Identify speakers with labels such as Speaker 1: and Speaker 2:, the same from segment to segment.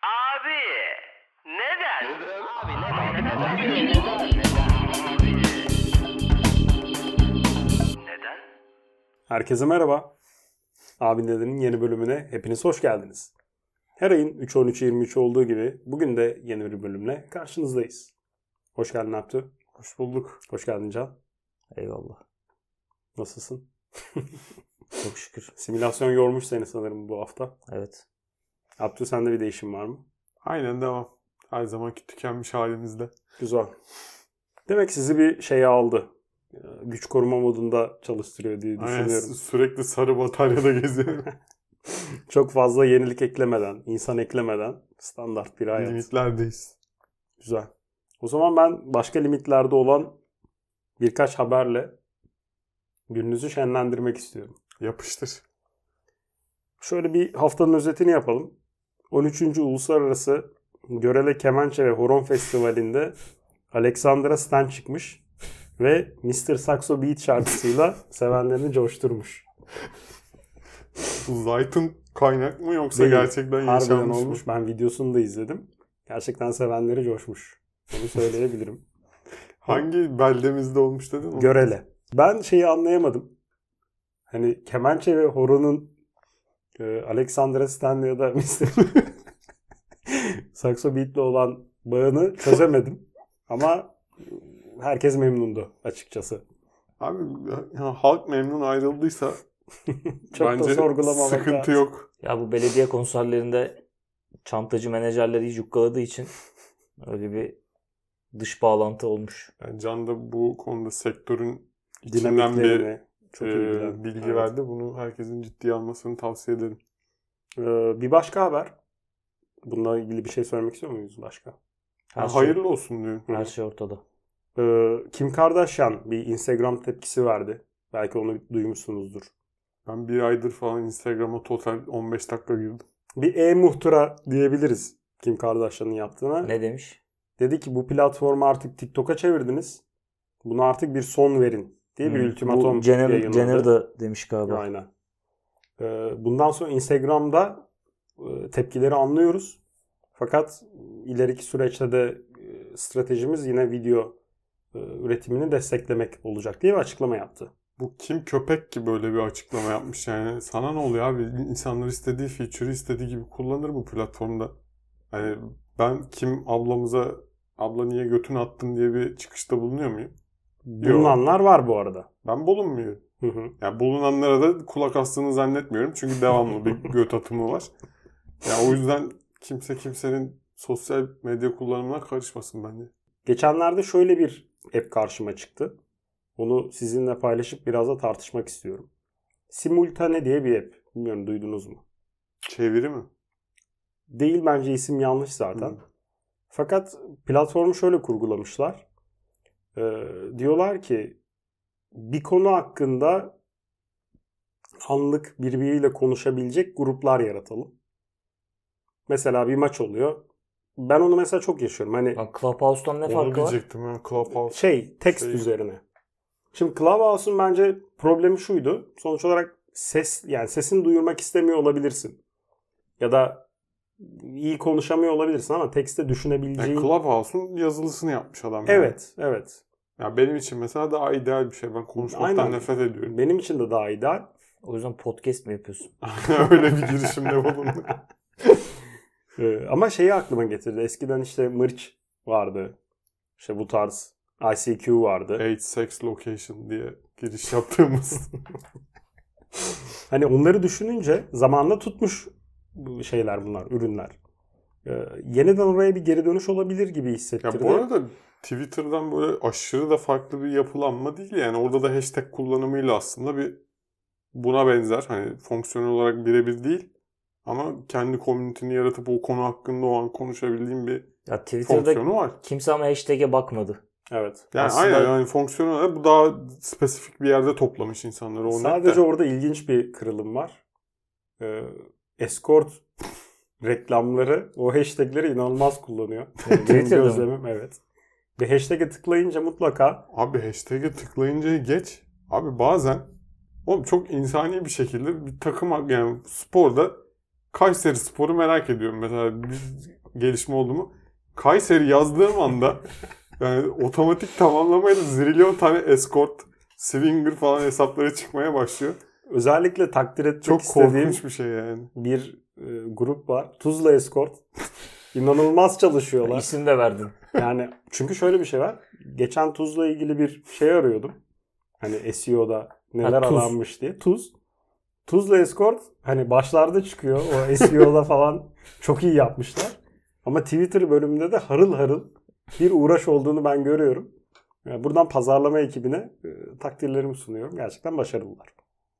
Speaker 1: Abi neden? Abi neden? Neden?
Speaker 2: Herkese merhaba. Abi Neden'in yeni bölümüne hepiniz hoş geldiniz. Her ayın 3 13 23 olduğu gibi bugün de yeni bir bölümle karşınızdayız. Hoş geldin Abdü.
Speaker 3: Hoş bulduk.
Speaker 2: Hoş geldin Can.
Speaker 3: Eyvallah.
Speaker 2: Nasılsın?
Speaker 3: Çok şükür.
Speaker 2: Simülasyon yormuş seni sanırım bu hafta.
Speaker 3: Evet.
Speaker 2: Abdü sende bir değişim var mı?
Speaker 4: Aynen devam. Her zamanki tükenmiş halimizde.
Speaker 2: Güzel. Demek sizi bir şeye aldı. Ee, Güç koruma modunda çalıştırıyor diye
Speaker 4: Aynen
Speaker 2: düşünüyorum.
Speaker 4: sü- sürekli sarı bataryada geziyorum.
Speaker 2: Çok fazla yenilik eklemeden, insan eklemeden standart bir hayat.
Speaker 4: Limitlerdeyiz.
Speaker 2: Güzel. O zaman ben başka limitlerde olan birkaç haberle gününüzü şenlendirmek istiyorum.
Speaker 4: Yapıştır.
Speaker 2: Şöyle bir haftanın özetini yapalım. 13. Uluslararası Görele Kemençe ve Horon Festivali'nde Alexandra Stan çıkmış ve Mr. Saxo Beat şarkısıyla sevenlerini coşturmuş.
Speaker 4: Bu Zayt'ın kaynak mı yoksa
Speaker 2: Değil.
Speaker 4: gerçekten
Speaker 2: Harbiden
Speaker 4: yaşanmış
Speaker 2: olmuş.
Speaker 4: mı?
Speaker 2: Ben videosunu da izledim. Gerçekten sevenleri coşmuş. Bunu söyleyebilirim.
Speaker 4: Hangi beldemizde olmuş dedin? onu?
Speaker 2: Görele. Ben şeyi anlayamadım. Hani kemençe ve horonun e, Alexandra Stanley ya da Mr. Saxo Beat'le olan bağını çözemedim. Ama herkes memnundu açıkçası.
Speaker 4: Abi ya, halk memnun ayrıldıysa
Speaker 2: Çok da
Speaker 4: bence
Speaker 2: sorgulamamak
Speaker 4: sıkıntı
Speaker 2: lazım.
Speaker 4: yok.
Speaker 3: Ya bu belediye konserlerinde çantacı menajerleri yukkaladığı için öyle bir dış bağlantı olmuş.
Speaker 4: Yani Can da bu konuda sektörün içinden bir
Speaker 2: Dinamiklerini çok iyi
Speaker 4: e,
Speaker 2: bilen.
Speaker 4: bilgi
Speaker 2: Evet.
Speaker 4: verdi. Bunu herkesin ciddiye almasını tavsiye ederim.
Speaker 2: Ee, bir başka haber. Bununla ilgili bir şey söylemek istiyor muyuz başka?
Speaker 3: Her
Speaker 4: Yani
Speaker 3: şey-
Speaker 4: hayırlı olsun diyorum.
Speaker 3: Her şey ortada.
Speaker 2: Ee, Kim Kardashian bir Instagram tepkisi verdi. Belki onu duymuşsunuzdur.
Speaker 4: Ben bir aydır falan Instagram'a total 15 dakika girdim.
Speaker 2: bir e-muhtıra diyebiliriz Kim Kardashian'ın yaptığına.
Speaker 3: Ne demiş?
Speaker 2: Dedi ki bu platformu artık TikTok'a çevirdiniz. Buna artık bir son verin diye bir
Speaker 3: Hmm.
Speaker 2: ultimatom
Speaker 3: Bu Jenner,
Speaker 2: yayınladı.
Speaker 3: Jenner da demiş galiba.
Speaker 2: Aynen. Ee, bundan sonra Instagram'da e, tepkileri anlıyoruz. Fakat ileriki süreçte de e, stratejimiz yine video e, üretimini desteklemek olacak diye bir açıklama yaptı.
Speaker 4: Bu kim köpek ki böyle bir açıklama yapmış yani. Sana ne oluyor abi? İnsanlar istediği feature'ı istediği gibi kullanır bu platformda. Hani ben kim ablamıza abla niye götünü attın diye bir çıkışta bulunuyor muyum? Yok.
Speaker 2: Bulunanlar var bu arada.
Speaker 4: Ben bulunmuyorum.
Speaker 2: Hı hı.
Speaker 4: Yani bulunanlara da kulak astığını zannetmiyorum. Çünkü devamlı bir göt atımı var. Ya o yüzden kimse kimsenin sosyal medya kullanımına karışmasın bence.
Speaker 2: Geçenlerde şöyle bir app karşıma çıktı. Onu sizinle paylaşıp biraz da tartışmak istiyorum. Simultane diye bir app. Bilmiyorum duydunuz mu?
Speaker 4: Çeviri mi?
Speaker 2: Değil bence isim yanlış zaten.
Speaker 4: Hı.
Speaker 2: Fakat platformu şöyle kurgulamışlar. Ee, diyorlar ki bir konu hakkında anlık birbiriyle konuşabilecek gruplar yaratalım. Mesela bir maç oluyor. Ben onu mesela çok yaşıyorum. Hani
Speaker 3: Bak Clubhouse'dan ne
Speaker 4: Onu
Speaker 3: farkı var?
Speaker 4: diyecektim ben. Clubhouse.
Speaker 2: şey text
Speaker 4: Şey-
Speaker 2: üzerine. Şimdi Clubhouse'un bence problemi şuydu. Sonuç olarak ses yani sesini duyurmak istemiyor olabilirsin. Ya da iyi konuşamıyor olabilirsin ama tekste
Speaker 4: Yani
Speaker 2: düşünebileceğin.
Speaker 4: Clubhouse'un yazılısını yapmış adam. yani.
Speaker 2: Şey- evet, evet.
Speaker 4: Ya benim için mesela daha ideal bir şey. Ben konuşmaktan
Speaker 2: Aynen.
Speaker 4: nefret ediyorum.
Speaker 2: Benim için de daha ideal.
Speaker 3: O yüzden podcast mi yapıyorsun?
Speaker 4: Öyle bir girişimde bulunduk.
Speaker 2: Ee, ama şeyi aklıma getirdi. Eskiden işte mırç vardı. İşte bu tarz ICQ vardı.
Speaker 4: Age, sex, location diye giriş yaptığımız.
Speaker 2: Hani onları düşününce zamanla tutmuş bu şeyler bunlar, ürünler. Ee, yeniden oraya bir geri dönüş olabilir gibi hissettirdi.
Speaker 4: ya bu arada Twitter'dan böyle aşırı da farklı bir yapılanma değil yani. Orada da hashtag kullanımıyla aslında bir buna benzer. Hani fonksiyonel olarak birebir değil. Ama kendi komünitini yaratıp o konu hakkında o an konuşabildiğin bir
Speaker 3: Ya Twitter'da
Speaker 4: fonksiyonu var.
Speaker 3: kimse ama hashtag'e bakmadı.
Speaker 2: Evet.
Speaker 4: Yani
Speaker 3: Aslında-
Speaker 4: aynen yani fonksiyonel olarak bu daha spesifik bir yerde toplamış insanları. O net de.
Speaker 2: Sadece orada ilginç bir kırılım var. Ee, escort reklamları o hashtagleri inanılmaz kullanıyor. Yani benim
Speaker 3: Twitter'da mı?
Speaker 2: gözlemim evet. Bir hashtag'e tıklayınca mutlaka
Speaker 4: Abi hashtag'e tıklayınca geç. Abi bazen oğlum çok insani bir şekilde bir takım yani sporda Kayseri sporu merak ediyorum. Mesela bir gelişme oldu mu? Kayseri yazdığım anda yani otomatik tamamlamayla zilyon tane escort, swinger falan hesapları çıkmaya başlıyor.
Speaker 2: Özellikle takdir etmek
Speaker 4: Çok
Speaker 2: istediğim
Speaker 4: korkunç bir şey yani.
Speaker 2: bir e, grup var. Tuzla Escort. İnanılmaz çalışıyorlar.
Speaker 3: İsim de verdin.
Speaker 2: Yani çünkü şöyle bir şey var. Geçen tuzla ilgili bir şey arıyordum. Hani SEO'da neler
Speaker 3: Ha, tuz.
Speaker 2: aranmış diye. Tuz. Tuzla Escort hani başlarda çıkıyor. O SEO'da falan çok iyi yapmışlar. Ama Twitter bölümünde de harıl harıl bir uğraş olduğunu ben görüyorum. Yani Buradan pazarlama ekibine e, takdirlerimi sunuyorum. Gerçekten başarılılar.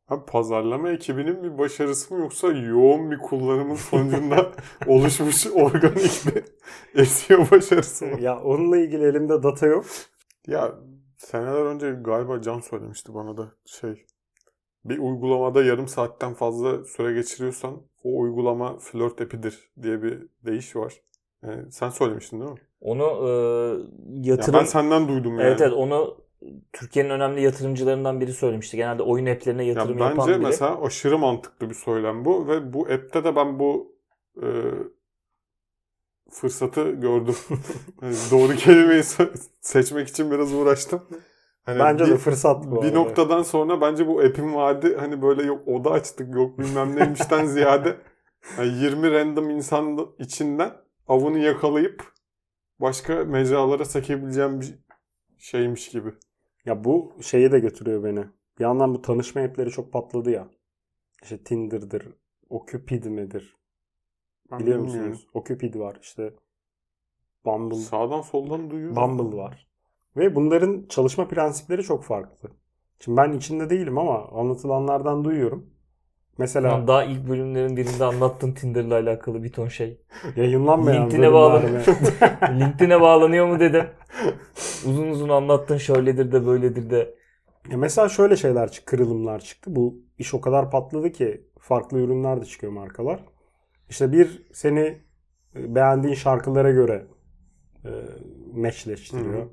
Speaker 4: Abi pazarlama ekibinin bir başarısı mı yoksa yoğun bir kullanımın sonucunda oluşmuş organik bir SEO başarısı mı?
Speaker 2: ya onunla ilgili elimde data yok.
Speaker 4: Ya seneler önce galiba Can söylemişti bana da şey bir uygulamada yarım saatten fazla süre geçiriyorsan o uygulama flört epidir diye bir deyiş var. Yani sen söylemiştin değil mi?
Speaker 3: Onu e,
Speaker 4: Ya
Speaker 3: yatırım...
Speaker 4: ben senden duydum yani.
Speaker 3: Evet evet onu Türkiye'nin önemli yatırımcılarından biri söylemişti. Genelde oyun app'lerine
Speaker 4: Ya
Speaker 3: yatırım yapan
Speaker 4: bence
Speaker 3: biri.
Speaker 4: mesela aşırı mantıklı bir söylem bu ve bu app'te de ben bu e, fırsatı gördüm. Yani doğru kelimeyi se- seçmek için biraz uğraştım. Hani
Speaker 2: Bence
Speaker 4: bir-
Speaker 2: de fırsat bu.
Speaker 4: bir
Speaker 2: arada.
Speaker 4: noktadan sonra bence bu app'in vaadi hani böyle yok oda açtık yok bilmem neymişten ziyade yani 20 random insan içinden avını yakalayıp başka mecralara sekebileceğim bir şeymiş gibi.
Speaker 2: Ya bu şeye de götürüyor beni. Bir yandan bu tanışma app'leri çok patladı ya. İşte Tinder'dır, Okupid midir?
Speaker 4: Ben
Speaker 2: Biliyor
Speaker 4: bilmiyorum.
Speaker 2: musunuz? Okupid var işte. Bumble,
Speaker 4: Sağdan soldan duyuyorum.
Speaker 2: Bumble var. Ve bunların çalışma prensipleri çok farklı. Şimdi ben içinde değilim ama anlatılanlardan duyuyorum. Mesela
Speaker 3: Lan daha ilk bölümlerin birinde anlattın Tinder'la alakalı bir ton şey.
Speaker 2: yayınlanmayan
Speaker 3: LinkedIn'e bağlı.
Speaker 2: bölümler ve-
Speaker 3: LinkedIn'e bağlanıyor mu dedim. Uzun uzun anlattın şöyledir de böyledir de.
Speaker 2: Ya mesela şöyle şeyler çık, kırılımlar çıktı. Bu iş o kadar patladı ki farklı ürünler de çıkıyor markalar. İşte bir seni e, beğendiğin şarkılara göre e, meçleştiriyor.
Speaker 4: Hı hı.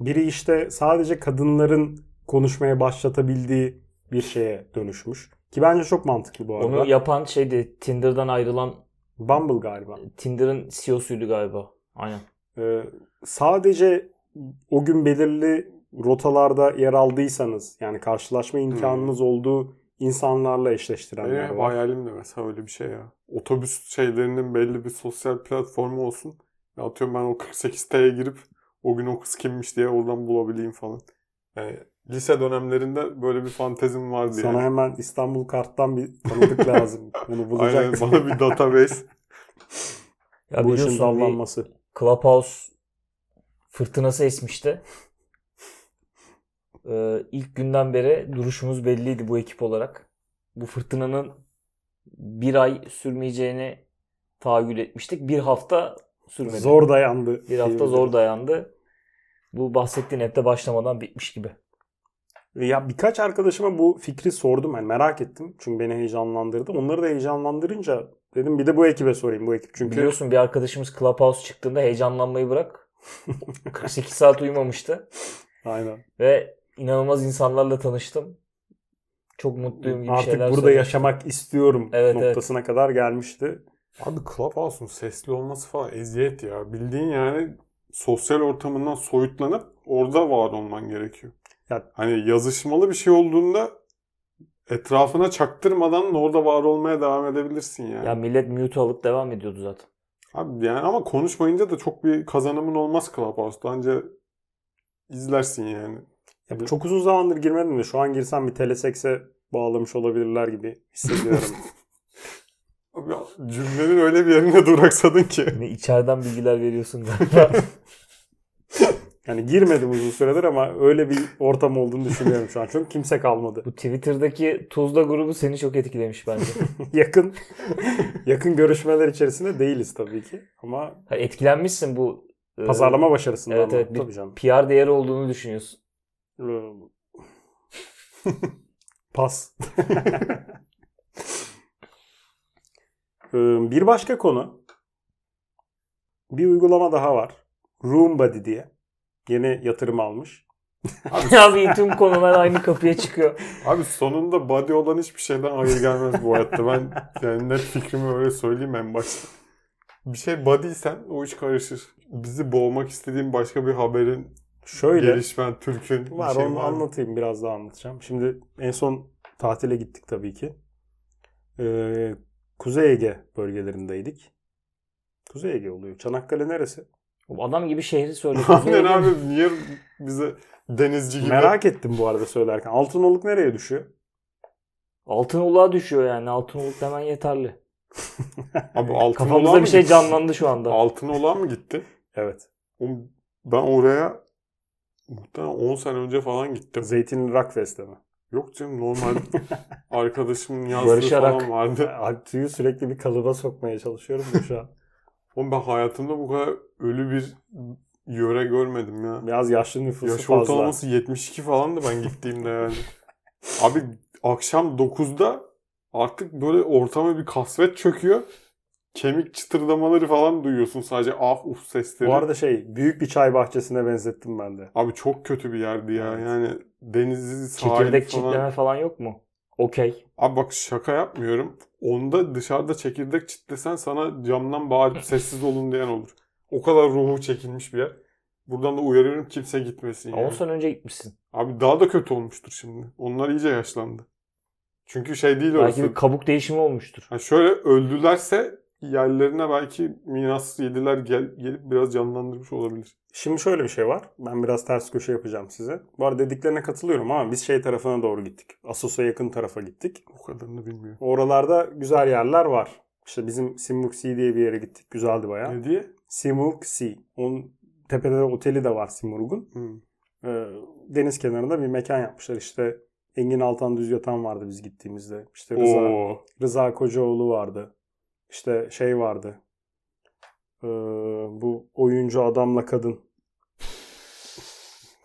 Speaker 2: Biri işte sadece kadınların konuşmaya başlatabildiği bir şeye dönüşmüş. Ki bence çok mantıklı bu arada.
Speaker 3: Onu yapan şeydi Tinder'dan ayrılan
Speaker 2: Bumble galiba.
Speaker 3: Tinder'ın CEO'suydu galiba. Aynen.
Speaker 2: Ee, sadece o gün belirli rotalarda yer aldıysanız yani karşılaşma imkanınız olduğu insanlarla eşleştirenler
Speaker 4: Benim hep
Speaker 2: var.
Speaker 4: Ee, hayalim de mesela öyle bir şey ya. Otobüs şeylerinin belli bir sosyal platformu olsun. Ya atıyorum ben o 48T'ye girip o gün o kız kimmiş diye oradan bulabileyim falan. Yani lise dönemlerinde böyle bir fantezim vardı
Speaker 2: Sana
Speaker 4: yani.
Speaker 2: hemen İstanbul Kart'tan bir tanıdık lazım. Bunu
Speaker 4: Aynen
Speaker 2: bulacak.
Speaker 4: bana bir database.
Speaker 3: Ya
Speaker 2: bu işin
Speaker 3: biliyorsun bir
Speaker 2: dallanması.
Speaker 3: Clubhouse fırtınası esmişti. Ee, ilk günden beri duruşumuz belliydi bu ekip olarak. Bu fırtınanın bir ay sürmeyeceğini tahayyül etmiştik. Bir hafta sürmedi.
Speaker 2: Zor dayandı.
Speaker 3: Bir hafta zor dayandı. Bu bahsettiğin hep başlamadan bitmiş gibi.
Speaker 2: Ya birkaç arkadaşıma bu fikri sordum. Yani merak ettim. Çünkü beni heyecanlandırdı. Onları da heyecanlandırınca dedim bir de bu ekibe sorayım. Bu ekip çünkü
Speaker 3: Biliyorsun bir arkadaşımız Clubhouse çıktığında heyecanlanmayı bırak. 48 saat uyumamıştı.
Speaker 2: aynen.
Speaker 3: Ve inanılmaz insanlarla tanıştım. Çok mutluyum gibi
Speaker 2: Artık
Speaker 3: şeyler
Speaker 2: burada
Speaker 3: söyledim.
Speaker 2: yaşamak istiyorum
Speaker 3: Evet, evet.
Speaker 2: noktasına kadar gelmişti.
Speaker 4: Abi Clubhouse'un sesli olması falan eziyet ya. Bildiğin yani sosyal ortamından soyutlanıp orada var olman gerekiyor.
Speaker 2: Ya-
Speaker 4: Hani yazışmalı bir şey olduğunda etrafına çaktırmadan da orada var olmaya devam edebilirsin yani.
Speaker 3: Ya millet mute alıp devam ediyordu zaten.
Speaker 4: Abi yani ama konuşmayınca da çok bir kazanımın olmaz Clubhouse'da. Anca izlersin yani.
Speaker 2: Ya bu çok uzun zamandır girmedim de şu an girsem bir telesex'e bağlamış olabilirler gibi hissediyorum.
Speaker 4: Abi cümlenin öyle bir yerine duraksadın ki.
Speaker 3: Yine içeriden bilgiler veriyorsun galiba.
Speaker 2: yani girmedim uzun süredir ama öyle bir ortam olduğunu düşünüyorum şu an. Çünkü kimse kalmadı.
Speaker 3: Bu Twitter'daki Tuzla grubu seni çok etkilemiş bence.
Speaker 2: yakın yakın görüşmeler içerisinde değiliz tabii ki ama
Speaker 3: Ha, etkilenmişsin bu e,
Speaker 2: pazarlama başarısından
Speaker 3: evet,
Speaker 2: da.
Speaker 3: evet, bir-
Speaker 2: tabii canım.
Speaker 3: PR değeri olduğunu düşünüyorsun.
Speaker 2: Pas. Ee, bir başka konu. Bir uygulama daha var. Roombody diye. Yeni yatırım almış.
Speaker 3: Abi tüm konular aynı kapıya çıkıyor.
Speaker 4: Abi sonunda body olan hiçbir şeyden hayır gelmez bu hayatta. Ben yani net fikrimi öyle söyleyeyim en başta. bir şey badiysen o iş karışır. Bizi boğmak istediğim başka bir haberin,
Speaker 2: Şöyle
Speaker 4: gelişmen, türkün bir
Speaker 2: var
Speaker 4: şey
Speaker 2: onu
Speaker 4: var mı?
Speaker 2: anlatayım biraz daha anlatacağım. Şimdi en son tatile gittik tabii ki. Ee, Kuzey Ege bölgelerindeydik. Kuzey Ege oluyor. Çanakkale neresi?
Speaker 3: Adam gibi şehri
Speaker 4: Aynen
Speaker 3: söylüyor.
Speaker 4: abi niye bize denizci gibi
Speaker 2: Merak ettim bu arada söylerken. Altınoluk nereye düşüyor?
Speaker 3: Altınoluk'a düşüyor yani. Altınoluk hemen yeterli.
Speaker 4: Abi altın olan
Speaker 3: Kafamızda bir
Speaker 4: mı
Speaker 3: şey
Speaker 4: gitti?
Speaker 3: canlandı şu anda.
Speaker 4: Altın olan mı gitti?
Speaker 2: Evet.
Speaker 4: Oğlum Ben oraya muhtemelen 10 sene önce falan gittim.
Speaker 2: Zeytin Rockfest'e mi?
Speaker 4: Yok canım normal arkadaşımın yazdığı
Speaker 3: Barışarak.
Speaker 4: falan vardı.
Speaker 2: Tüyü sürekli bir kalıba sokmaya çalışıyorum da şu an.
Speaker 4: Oğlum ben hayatımda bu kadar ölü bir yöre görmedim ya.
Speaker 2: Biraz yaşlı nüfusu
Speaker 4: Yaş
Speaker 2: fazla.
Speaker 4: ortalaması 72 falandı ben gittiğimde yani. Abi akşam 9'da artık böyle ortama bir kasvet çöküyor. Kemik çıtırdamaları falan duyuyorsun sadece ah uf sesleri.
Speaker 2: Bu arada şey büyük bir çay bahçesine benzettim ben de.
Speaker 4: Abi çok kötü bir yerdi ya.
Speaker 2: Evet.
Speaker 4: Yani denizi, sahil
Speaker 3: Çekirdek
Speaker 4: falan.
Speaker 3: çitleme falan yok mu? Okey.
Speaker 4: Abi bak şaka yapmıyorum. Onda dışarıda çekirdek çitlesen sana camdan bağırıp sessiz olun diyen olur. O kadar ruhu çekilmiş bir yer. Buradan da uyarıyorum kimse gitmesin. yani.
Speaker 3: 10 sene önce gitmişsin.
Speaker 4: Abi daha da kötü olmuştur şimdi. Onlar iyice yaşlandı. Çünkü şey değil orası.
Speaker 3: Belki bir kabuk değişimi olmuştur.
Speaker 4: Ha şöyle öldülerse yerlerine belki minas yediler gel, gelip biraz canlandırmış olabilir.
Speaker 2: Şimdi şöyle bir şey var. Ben biraz ters köşe yapacağım size. Bu arada dediklerine katılıyorum ama biz şey tarafına doğru gittik. Assos'a yakın tarafa gittik.
Speaker 4: O kadarını bilmiyorum.
Speaker 2: Oralarda güzel yerler var. İşte bizim Simurgsi diye bir yere gittik. Güzeldi bayağı.
Speaker 4: Ne diye?
Speaker 2: Simurgsi. Onun tepede oteli de var Simurg'un.
Speaker 4: Hı.
Speaker 2: Ee, deniz kenarında bir mekan yapmışlar. İşte Engin Altan Düz Yatan vardı biz gittiğimizde.
Speaker 3: Şey
Speaker 2: İşte Rıza,
Speaker 4: Oo.
Speaker 2: Rıza Kocaoğlu vardı. İşte şey vardı. Ee, bu oyuncu adamla kadın.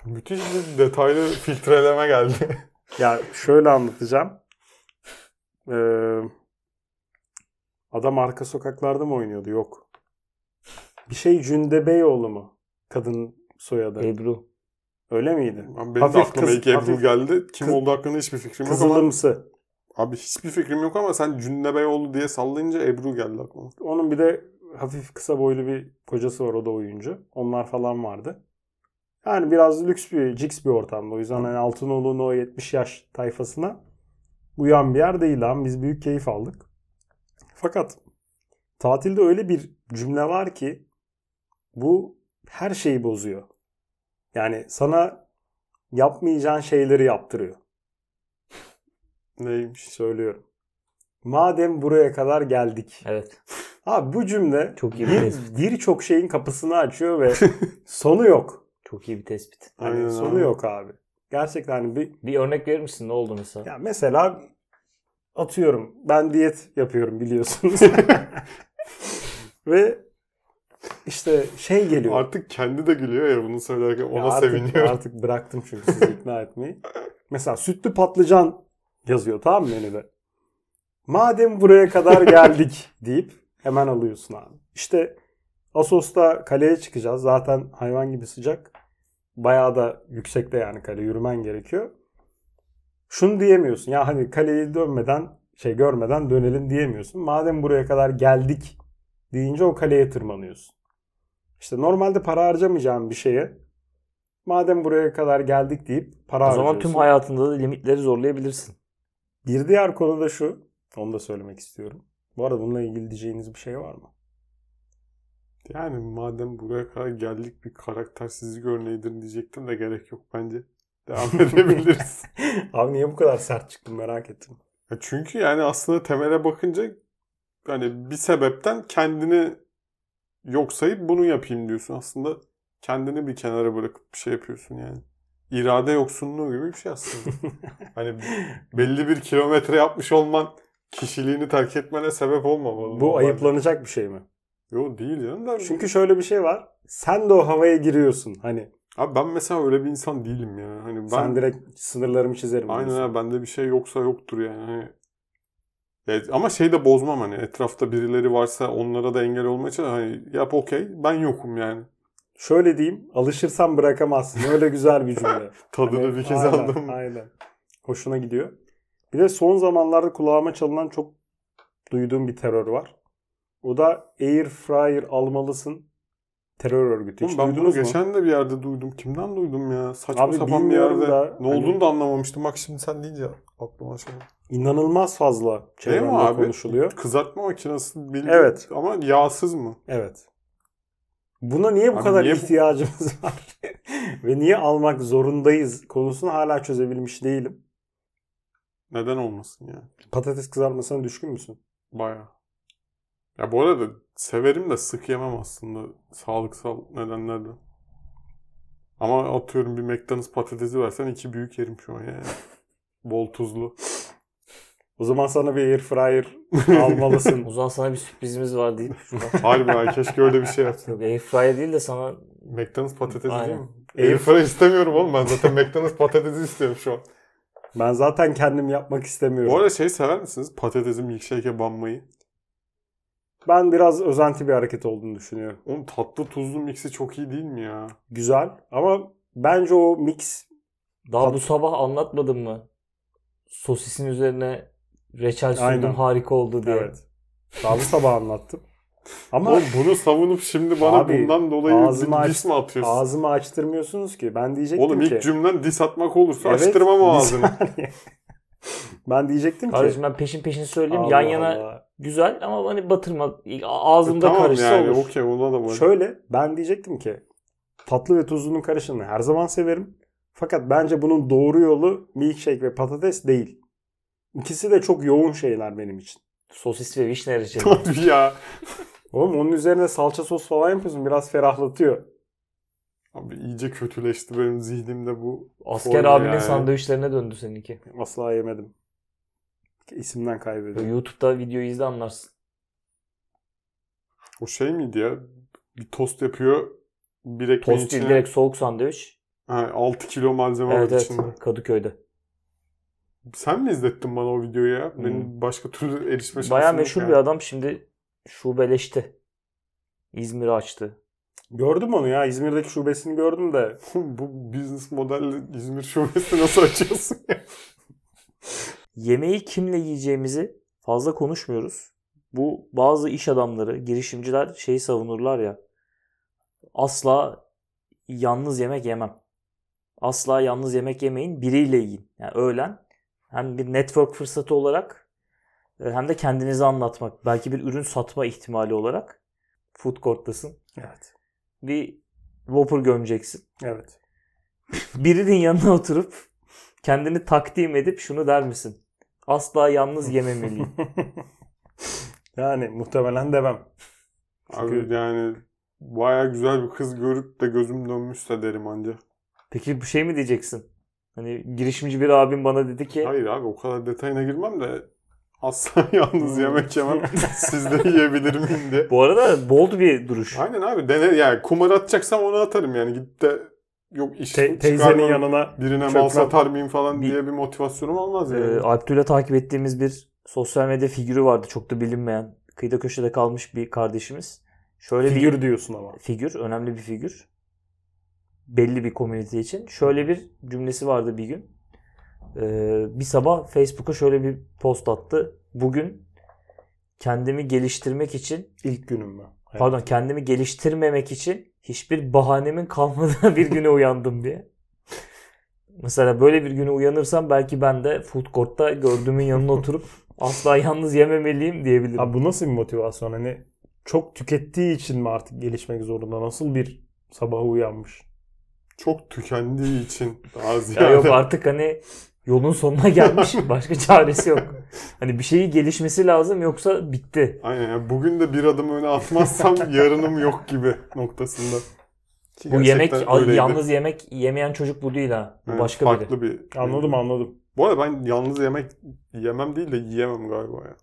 Speaker 4: Müthiş bir detaylı filtreleme geldi.
Speaker 2: Ya şöyle anlatacağım. Ee, adam arka sokaklarda mı oynuyordu? Yok. Bir şey Cündebeyoğlu mu? Kadın soyadı.
Speaker 3: Ebru.
Speaker 2: Öyle miydi?
Speaker 4: Abi benim de
Speaker 2: Hafif
Speaker 4: aklıma
Speaker 2: kız-
Speaker 4: ilk Ebru
Speaker 2: hafif
Speaker 4: geldi. Kim
Speaker 2: kız-
Speaker 4: olduğu hakkında hiçbir fikrim yok ama.
Speaker 2: Kızılımsı.
Speaker 4: Abi hiçbir fikrim yok ama sen Cündebeyoğlu diye sallayınca Ebru geldi aklıma.
Speaker 2: Onun bir de hafif kısa boylu bir kocası var. O da oyuncu. Onlar falan vardı. Yani biraz lüks bir, ciks bir ortamda. O yüzden hani Altınoğlu'nun o 70 yaş tayfasına uyan bir yer değil lan. Biz büyük keyif aldık. Fakat tatilde öyle bir cümle var ki bu her şeyi bozuyor. Yani sana yapmayacağın şeyleri yaptırıyor.
Speaker 4: Neymiş?
Speaker 2: Söylüyorum. Madem buraya kadar geldik.
Speaker 3: Evet.
Speaker 2: Abi bu cümle
Speaker 3: Çok iyi bir
Speaker 2: bir,
Speaker 3: tespit.
Speaker 2: birçok şeyin kapısını açıyor ve sonu yok.
Speaker 3: Çok iyi bir tespit.
Speaker 2: Hani
Speaker 4: Aynen
Speaker 2: sonu
Speaker 4: abi.
Speaker 2: yok abi. Gerçekten hani bir
Speaker 3: Bir örnek verir misin? Ne oldu mesela?
Speaker 2: ya mesela atıyorum ben diyet yapıyorum biliyorsunuz. ve işte şey geliyor.
Speaker 4: Artık kendi de gülüyor ya bunu söylerken ona
Speaker 2: Ya artık,
Speaker 4: seviniyorum.
Speaker 2: Artık bıraktım çünkü sizi ikna etmeyi. Mesela sütlü patlıcan yazıyor tamam mı menüde? Madem buraya kadar geldik deyip hemen alıyorsun abi. İşte Asos'ta kaleye çıkacağız. Zaten hayvan gibi sıcak. Bayağı da yüksekte yani kale yürümen gerekiyor. Şunu diyemiyorsun. Ya hani kaleyi dönmeden şey görmeden dönelim diyemiyorsun. Madem buraya kadar geldik deyince o kaleye tırmanıyorsun. İşte normalde para harcamayacağın bir şeye madem buraya kadar geldik deyip para
Speaker 3: O zaman
Speaker 2: harcıyorsun.
Speaker 3: tüm hayatında da limitleri zorlayabilirsin.
Speaker 2: Bir diğer konu da şu. Onu da söylemek istiyorum. Bu arada bununla ilgili diyeceğiniz bir şey var mı?
Speaker 4: Yani madem buraya kadar geldik bir karaktersizlik örneğidir diyecektim de gerek yok bence. Devam edebiliriz.
Speaker 2: Abi niye bu kadar sert çıktım merak ettim.
Speaker 4: Ya çünkü yani aslında temele bakınca hani bir sebepten kendini yok sayıp bunu yapayım diyorsun. Aslında kendini bir kenara bırakıp bir şey yapıyorsun yani. İrade yoksunluğu gibi bir şey aslında. hani belli bir kilometre yapmış olman kişiliğini terk etmene sebep olmamalı.
Speaker 2: Bu
Speaker 4: normalde.
Speaker 2: ayıplanacak bir şey mi?
Speaker 4: Yok değil canım da.
Speaker 2: Çünkü şöyle bir şey var. Sen de o havaya giriyorsun. Hani
Speaker 4: Abi ben mesela öyle bir insan değilim ya. Hani ben
Speaker 2: sen direkt sınırlarımı çizerim.
Speaker 4: Aynen
Speaker 2: diyorsun.
Speaker 4: abi bende bir şey yoksa yoktur yani. Hani- Ya, ama şey de bozmam hani etrafta birileri varsa onlara da engel olmaya çalışırım. Hani yap okey ben yokum yani.
Speaker 2: Şöyle diyeyim. Alışırsan bırakamazsın. Öyle güzel bir cümle.
Speaker 4: Tadını
Speaker 2: Hani-
Speaker 4: bir kez
Speaker 2: aynen,
Speaker 4: aldım.
Speaker 2: Aynen. Hoşuna gidiyor. Bir de son zamanlarda kulağıma çalınan çok duyduğum bir terör var. O da air fryer almalısın. Terör örgütü.
Speaker 4: Oğlum
Speaker 2: Hiç
Speaker 4: ben bunu
Speaker 2: duydunuz mu?
Speaker 4: geçen de bir yerde duydum. Kimden duydum ya? Saçma
Speaker 2: Abi
Speaker 4: sapan bir
Speaker 2: bilmiyorum
Speaker 4: yerde.
Speaker 2: da
Speaker 4: ne
Speaker 2: hani-
Speaker 4: olduğunu da anlamamıştım. Bak şimdi sen deyince aklıma şey.
Speaker 2: İnanılmaz fazla
Speaker 4: Değil mi
Speaker 2: çevremde
Speaker 4: abi?
Speaker 2: konuşuluyor.
Speaker 4: Kızartma makinesi bildiğin
Speaker 2: Evet.
Speaker 4: ama yağsız mı?
Speaker 2: Evet. Buna niye bu
Speaker 4: Abi
Speaker 2: kadar
Speaker 4: niye bu-
Speaker 2: ihtiyacımız var? Ve niye almak zorundayız konusunu hala çözebilmiş değilim.
Speaker 4: Neden olmasın ya?
Speaker 2: Patates kızarmasına düşkün müsün?
Speaker 4: Baya. Ya bu arada severim de sık yemem aslında sağlıksal nedenlerden. Ama atıyorum bir McDonald's patatesi versen iki büyük yerim şu an yani. Bol tuzlu.
Speaker 2: O zaman sana bir air fryer almalısın.
Speaker 3: O zaman sana bir sürprizimiz var deyip şuradan.
Speaker 4: Harbi ha keşke öyle bir şey yapsın.
Speaker 3: Yok airfryer değil de sana
Speaker 4: McDonald's patatesi
Speaker 3: Aynen.
Speaker 4: değil mi? Airfryer istemiyorum oğlum ben zaten McDonald's patatesi istiyorum şu an.
Speaker 2: Ben zaten kendim yapmak istemiyorum.
Speaker 4: Bu arada şey sever misiniz? Patatesi milkshake'e banmayı.
Speaker 2: Ben biraz özenti bir hareket olduğunu düşünüyorum.
Speaker 4: Oğlum tatlı tuzlu miksi çok iyi değil mi ya?
Speaker 2: Güzel ama bence o mix
Speaker 3: daha
Speaker 2: Tat-
Speaker 3: bu sabah anlatmadım mı? Sosisin üzerine reçel sürdüm
Speaker 2: Aynen.
Speaker 3: harika oldu diye.
Speaker 2: evet. Daha bu sabah anlattım. Ama
Speaker 4: Oğlum bunu savunup şimdi bana
Speaker 2: Abi,
Speaker 4: bundan dolayı
Speaker 2: ağzımı
Speaker 4: bir
Speaker 2: aç-
Speaker 4: dis mi atıyorsun?
Speaker 2: ağzımı açtırmıyorsunuz ki. Ben diyecektim
Speaker 4: Oğlum
Speaker 2: ki.
Speaker 4: ilk cümlen dis atmak olursa
Speaker 2: Evet,
Speaker 4: açtırmam o
Speaker 2: bir
Speaker 4: ağzını.
Speaker 2: saniye. ben diyecektim
Speaker 3: Kardeşim
Speaker 2: ki.
Speaker 3: ben peşin peşin söyleyeyim.
Speaker 2: Allah
Speaker 3: Yan yana
Speaker 2: Allah.
Speaker 3: güzel ama hani batırma. Ağzımda
Speaker 4: E, tamam
Speaker 3: karışsa
Speaker 4: yani
Speaker 3: olur.
Speaker 4: okey ona da var.
Speaker 2: Şöyle ben diyecektim ki tatlı ve tuzlunun karışımını her zaman severim. Fakat bence bunun doğru yolu milkshake ve patates değil. İkisi de çok yoğun şeyler benim için.
Speaker 3: Sosis ve vişne şey. reçeli.
Speaker 4: Tabii ya.
Speaker 2: Oğlum onun üzerine salça sos falan yapıyorsun biraz ferahlatıyor.
Speaker 4: Abi iyice kötüleşti benim zihnimde bu.
Speaker 3: Asker
Speaker 4: Forma
Speaker 3: abinin
Speaker 4: yani.
Speaker 3: sandviçlerine döndü seninki.
Speaker 2: Asla yemedim. İsimden
Speaker 3: Böyle
Speaker 2: kaybediyorum.
Speaker 3: YouTube'da videoyu izle anlarsın.
Speaker 4: O şey miydi ya? Bir tost yapıyor. Bir ekmeğin
Speaker 3: Tost değil
Speaker 4: içine
Speaker 3: direkt soğuk sandviç.
Speaker 4: ha, 6 kilo malzeme
Speaker 3: Evet
Speaker 4: var
Speaker 3: evet
Speaker 4: içinde.
Speaker 3: Kadıköy'de.
Speaker 4: Sen mi izlettin bana o videoyu ya?
Speaker 3: Hmm.
Speaker 4: Benim başka türlü erişme şansım
Speaker 3: Baya
Speaker 4: yok
Speaker 3: meşhur
Speaker 4: yani.
Speaker 3: bir adam şimdi şubeleşti. İzmir'i açtı.
Speaker 2: Gördüm onu ya İzmir'deki şubesini gördüm de
Speaker 4: Oğlum bu business modelle İzmir şubesini nasıl açıyorsun ya?
Speaker 3: Yemeği kimle yiyeceğimizi fazla konuşmuyoruz. Bu bazı iş adamları, girişimciler şeyi savunurlar ya. Asla yalnız yemek yemem. Asla yalnız yemek yemeyin, biriyle yiyin. Yani öğlen hem bir network fırsatı olarak e, hem de kendinizi anlatmak. Belki bir ürün satma ihtimali olarak. Food court'tasın.
Speaker 2: Evet.
Speaker 3: bir Whopper gömeceksin.
Speaker 2: Evet.
Speaker 3: Birinin yanına oturup kendini takdim edip şunu der misin? Asla yalnız yememeliyim.
Speaker 2: yani muhtemelen demem.
Speaker 4: Abi yani baya güzel bir kız görüp de gözüm dönmüşse derim anca.
Speaker 3: Peki bu şey mi diyeceksin? Hani girişimci bir abim bana dedi ki
Speaker 4: Hayır abi o kadar detayına girmem de asla yalnız
Speaker 3: Hmm.
Speaker 4: yemek yemem. Siz de yiyebilir miyim diye.
Speaker 3: bu arada bold bir duruş.
Speaker 4: Aynen abi dene yani kumar atacaksam onu atarım yani gidip de yok iş
Speaker 2: Te- teyzenin
Speaker 4: çıkarmam,
Speaker 2: yanına
Speaker 4: birine mal
Speaker 2: çökmem.
Speaker 4: satar mıyım falan
Speaker 3: Bir-
Speaker 4: diye bir motivasyonum olmaz yani.
Speaker 3: Ee, Alptuğ'la takip ettiğimiz bir sosyal medya figürü vardı. Çok da bilinmeyen. Kıyıda köşede kalmış bir kardeşimiz. Şöyle bir
Speaker 2: figür diyorsun ama.
Speaker 3: figür, önemli bir figür. Belli bir komünite için. Şöyle bir cümlesi vardı bir gün. Ee, bir sabah Facebook'a şöyle bir post attı. Bugün kendimi geliştirmek için,
Speaker 2: İlk günüm mü? Evet.
Speaker 3: pardon kendimi geliştirmemek için hiçbir bahanemin kalmadığı bir güne uyandım diye. Mesela böyle bir güne uyanırsam belki ben de food court'ta gördüğümün yanına oturup asla yalnız yememeliyim diyebilirim.
Speaker 2: Abi bu nasıl bir motivasyon? Hani çok tükettiği için mi artık gelişmek zorunda? Nasıl bir sabaha uyanmış?
Speaker 4: Çok tükendiği için daha ziyade.
Speaker 3: Ya yok artık hani yolun sonuna gelmiş. Başka çaresi yok. Hani bir şeyi gelişmesi lazım yoksa bitti.
Speaker 4: Aynen yani bugün de bir adım öne atmazsam yarınım yok gibi noktasında. Ki
Speaker 3: Bu yemek
Speaker 4: gerçekten öyleydi.
Speaker 3: yalnız yemek yemeyen çocuk bu değil ha. Bu
Speaker 4: Evet,
Speaker 3: başka biri.
Speaker 4: farklı bir
Speaker 2: Anladım anladım.
Speaker 4: Bu arada ben yalnız yemek yemem değil de yiyemem galiba ya.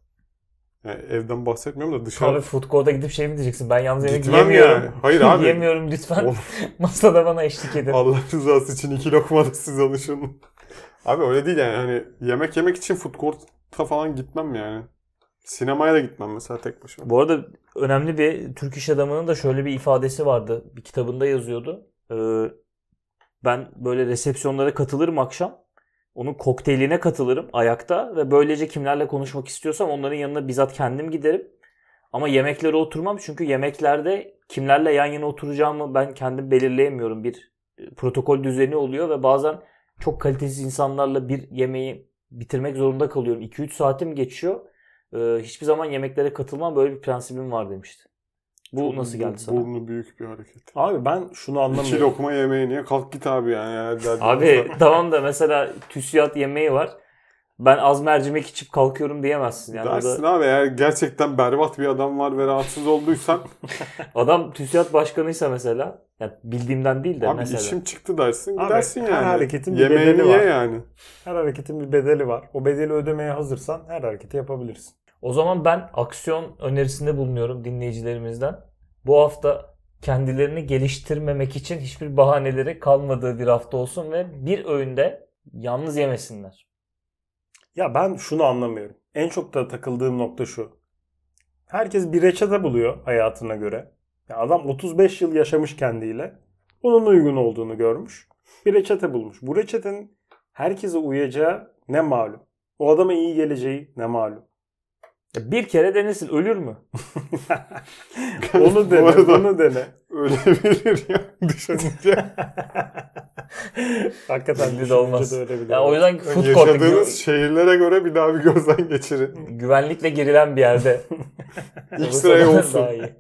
Speaker 4: Yani evden bahsetmiyorum da
Speaker 3: Abi
Speaker 4: dışarı
Speaker 3: food court'a gidip şey mi diyeceksin? Ben yalnız yemek
Speaker 4: Gitmem
Speaker 3: yemiyorum.
Speaker 4: yani. Hayır abi.
Speaker 3: yemiyorum lütfen.
Speaker 4: Oğlum.
Speaker 3: Masada bana eşlik edin.
Speaker 4: Allah rızası için iki lokma da siz alın şunu. Abi öyle değil yani hani yemek yemek için food court'a falan gitmem yani. Sinemaya da gitmem mesela tek başıma.
Speaker 3: Bu arada önemli bir Türk iş adamının da şöyle bir ifadesi vardı. Bir kitabında yazıyordu. Ee, ben böyle resepsiyonlara katılırım akşam. Onun kokteyline katılırım ayakta ve böylece kimlerle konuşmak istiyorsam onların yanına bizzat kendim giderim. Ama yemeklere oturmam çünkü yemeklerde kimlerle yan yana oturacağımı ben kendim belirleyemiyorum. Bir e, protokol düzeni oluyor ve bazen çok kalitesiz insanlarla bir yemeği bitirmek zorunda kalıyorum. 2-3 saatim geçiyor. Ee, hiçbir zaman yemeklere katılmam böyle bir prensibim var demişti. Bu
Speaker 4: Çok
Speaker 3: nasıl
Speaker 4: bu-
Speaker 3: geldi sana?
Speaker 4: Burnu büyük bir hareket.
Speaker 2: Abi ben şunu
Speaker 4: İki
Speaker 2: anlamıyorum.
Speaker 4: lokma yemeğe niye? Kalk git abi yani. yani derdin
Speaker 3: Abi
Speaker 4: olsa.
Speaker 3: tamam da mesela tüsiyat yemeği var. Ben az mercimek içip kalkıyorum diyemezsin. Yani o da-
Speaker 4: Dersin abi eğer gerçekten berbat bir adam var ve rahatsız olduysan
Speaker 3: adam tüsiyat başkanıysa mesela yani bildiğimden değil de
Speaker 4: abi
Speaker 3: mesela.
Speaker 4: işim çıktı dersin
Speaker 2: Abi,
Speaker 4: gidersin
Speaker 2: her
Speaker 4: yani.
Speaker 2: hareketin bir
Speaker 4: Yemeğini
Speaker 2: bedeli
Speaker 4: ye
Speaker 2: var.
Speaker 4: yani.
Speaker 2: Her hareketin bir bedeli var. O bedeli ödemeye hazırsan her hareketi yapabilirsin.
Speaker 3: O zaman ben aksiyon önerisinde bulunuyorum dinleyicilerimizden. Bu hafta kendilerini geliştirmemek için hiçbir bahaneleri kalmadığı bir hafta olsun ve bir öğünde yalnız yemesinler.
Speaker 2: Ya ben şunu anlamıyorum. En çok da takıldığım nokta şu. Herkes bir reçete buluyor hayatına göre. Ya adam 35 yıl yaşamış kendiyle. Onun uygun olduğunu görmüş. Bir reçete bulmuş. Bu reçetenin herkese uyacağı ne malum. O adama iyi geleceği ne malum.
Speaker 3: Ya Bir kere denesin ölür mü?
Speaker 2: Onu
Speaker 4: Bu
Speaker 2: dene,
Speaker 4: arada-
Speaker 2: bunu dene.
Speaker 4: Ölebilir ya düşününce.
Speaker 2: Hakikaten
Speaker 3: Bence de
Speaker 2: düşününce
Speaker 3: olmaz.
Speaker 2: de öyle bir
Speaker 3: Ya o
Speaker 2: olay.
Speaker 3: yüzden food court'u
Speaker 4: Yaşadığınız
Speaker 3: gü-
Speaker 4: şehirlere göre bir daha bir gözden geçirin.
Speaker 3: güvenlikle girilen bir yerde.
Speaker 4: İlk sıraya
Speaker 3: Daha
Speaker 4: olsun.
Speaker 3: iyi.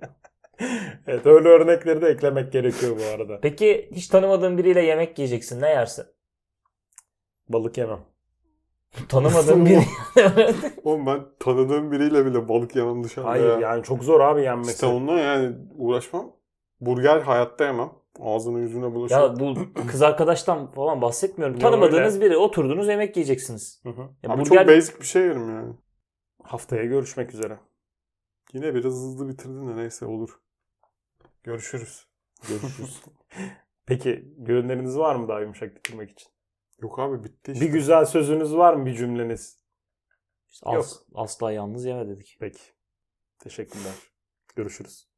Speaker 2: Evet öyle örnekleri de eklemek gerekiyor bu arada.
Speaker 3: Peki hiç tanımadığın biriyle yemek yiyeceksin ne yersin?
Speaker 2: Balık yemem.
Speaker 3: Tanımadığın biri.
Speaker 4: Oğlum ben tanıdığım biriyle bile balık yemem dışarıda
Speaker 2: Hayır
Speaker 4: ya.
Speaker 2: yani çok zor abi yenmesi.
Speaker 4: İşte onunla yani uğraşmam. Burger hayatta yemem. Ağzına yüzüne bulaşır.
Speaker 3: ya bu kız arkadaştan falan bahsetmiyorum.
Speaker 2: Ya
Speaker 3: Tanımadığınız biri oturdunuz yemek yiyeceksiniz.
Speaker 2: Hı hı.
Speaker 3: Ya
Speaker 4: Abi
Speaker 3: burger-
Speaker 4: çok basic bir şey yerim yani.
Speaker 2: Haftaya görüşmek üzere.
Speaker 4: Yine biraz hızlı bitirdin de neyse olur. Görüşürüz.
Speaker 2: Görüşürüz. Peki gönderiniz var mı daha yumuşak bitirmek için?
Speaker 4: Yok abi bitti işte.
Speaker 2: Bir güzel sözünüz var mı bir cümleniz?
Speaker 3: As- asla yalnız yeme dedik.
Speaker 2: Peki. Teşekkürler. Görüşürüz.